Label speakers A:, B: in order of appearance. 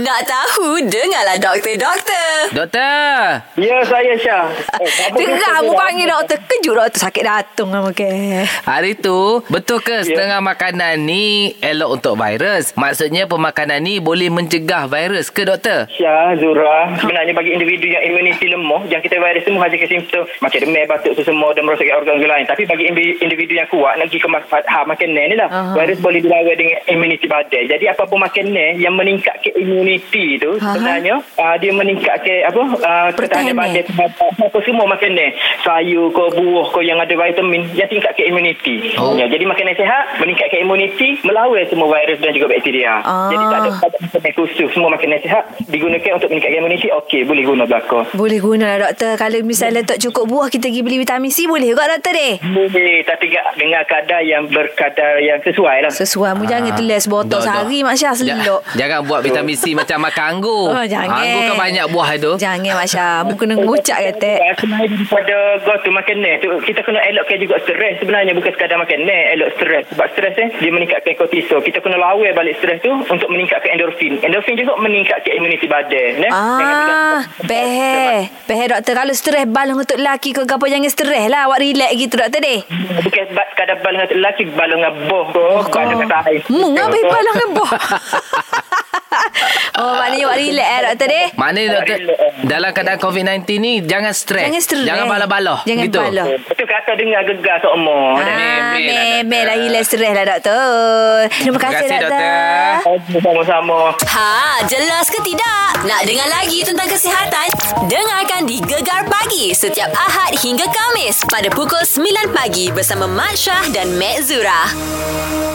A: Nak tahu, dengarlah doktor, doktor.
B: Doktor
C: Ya, saya Syah. Eh,
A: Geram mu panggil doktor. Kejut doktor sakit datung lah okay.
B: Hari tu Betul ke setengah makanan ni Elok untuk virus Maksudnya pemakanan ni Boleh mencegah virus ke doktor?
C: Syah, Zura. Sebenarnya bagi individu yang imuniti lemah, yang kita virus tu menghasilkan simptom macam demam, batuk tu semua dan merosak organ-organ lain. Tapi bagi imbi- individu yang kuat, nak pergi ke mak- ha, makanan ni lah.
A: Aha.
C: Virus boleh dilawan dengan imuniti badan. Jadi apa-apa makanan yang meningkatkan imuniti tu
A: Aha.
C: sebenarnya uh, dia meningkatkan apa uh,
A: Pertahanan.
C: ketahanan badan terhadap apa semua makanan. Sayur ke buah ke yang ada vitamin yang tingkatkan imuniti.
B: Oh.
C: Oh. Ya, jadi makanan sihat meningkatkan imuniti melawan semua virus dan juga bakteria.
A: Ah.
C: Jadi tak ada tak ada makanan khusus semua makanan sihat digunakan untuk meningkatkan imuniti okey boleh guna belaka
A: Boleh guna lah doktor. Kalau misalnya tak cukup buah, kita pergi beli vitamin C boleh kot doktor deh?
C: boleh tapi ga- dengan kadar yang berkadar yang sesuai lah
A: Sesuai
B: Ah,
A: mu jangan teles botol
B: Dok, dok.
A: sehari Mak
B: Ya.
A: Syah selok.
B: Ja- Jangan buat vitamin C Macam makan anggur
A: Oh, jangan.
B: Anggur kan banyak buah tu
A: Jangan Mak Syah. Mu kena ngucak kata.
C: Selain daripada go to makanan tu, kita kena elokkan juga stres sebenarnya. Bukan sekadar makanan, elok stres. Sebab stres ni, dia meningkatkan kortisol. Kita kena lawan balik stres tu untuk meningkatkan endorfin. Endorfin juga meningkatkan imuniti badan. Eh? Jangan
A: Ah,
C: tergantung-
A: beheh. Beheh doktor kalau stres balong untuk lelaki ke gapo jangan stres lah. Awak relax gitu doktor deh.
C: Bukan ba- kadar bal dengan lelaki, bal dengan boh.
A: Oh,
C: Oh,
A: kau.
C: bal dengan tahi.
A: Mung habis balong ngeboh. oh, maknanya awak relax eh doktor deh.
B: Maknanya doktor
C: Relax.
B: Dalam keadaan COVID-19 ni Jangan stres
A: Jangan stres.
B: Jangan balah-balah
A: Jangan
B: gitu.
A: balah.
C: Betul kata dengar gegar seumur.
A: Ah,
B: Memel lah, doktor.
A: memel lah relax stres lah doktor. Terima kasih,
B: kasih,
A: doktor.
B: doktor.
C: Okey, Sama-sama.
D: Ha, jelas ke tidak? Nak dengar lagi tentang kesihatan? Dengarkan di Gegar Pagi setiap Ahad hingga Kamis pada pukul 9 pagi bersama Mat Syah dan Mat Zura.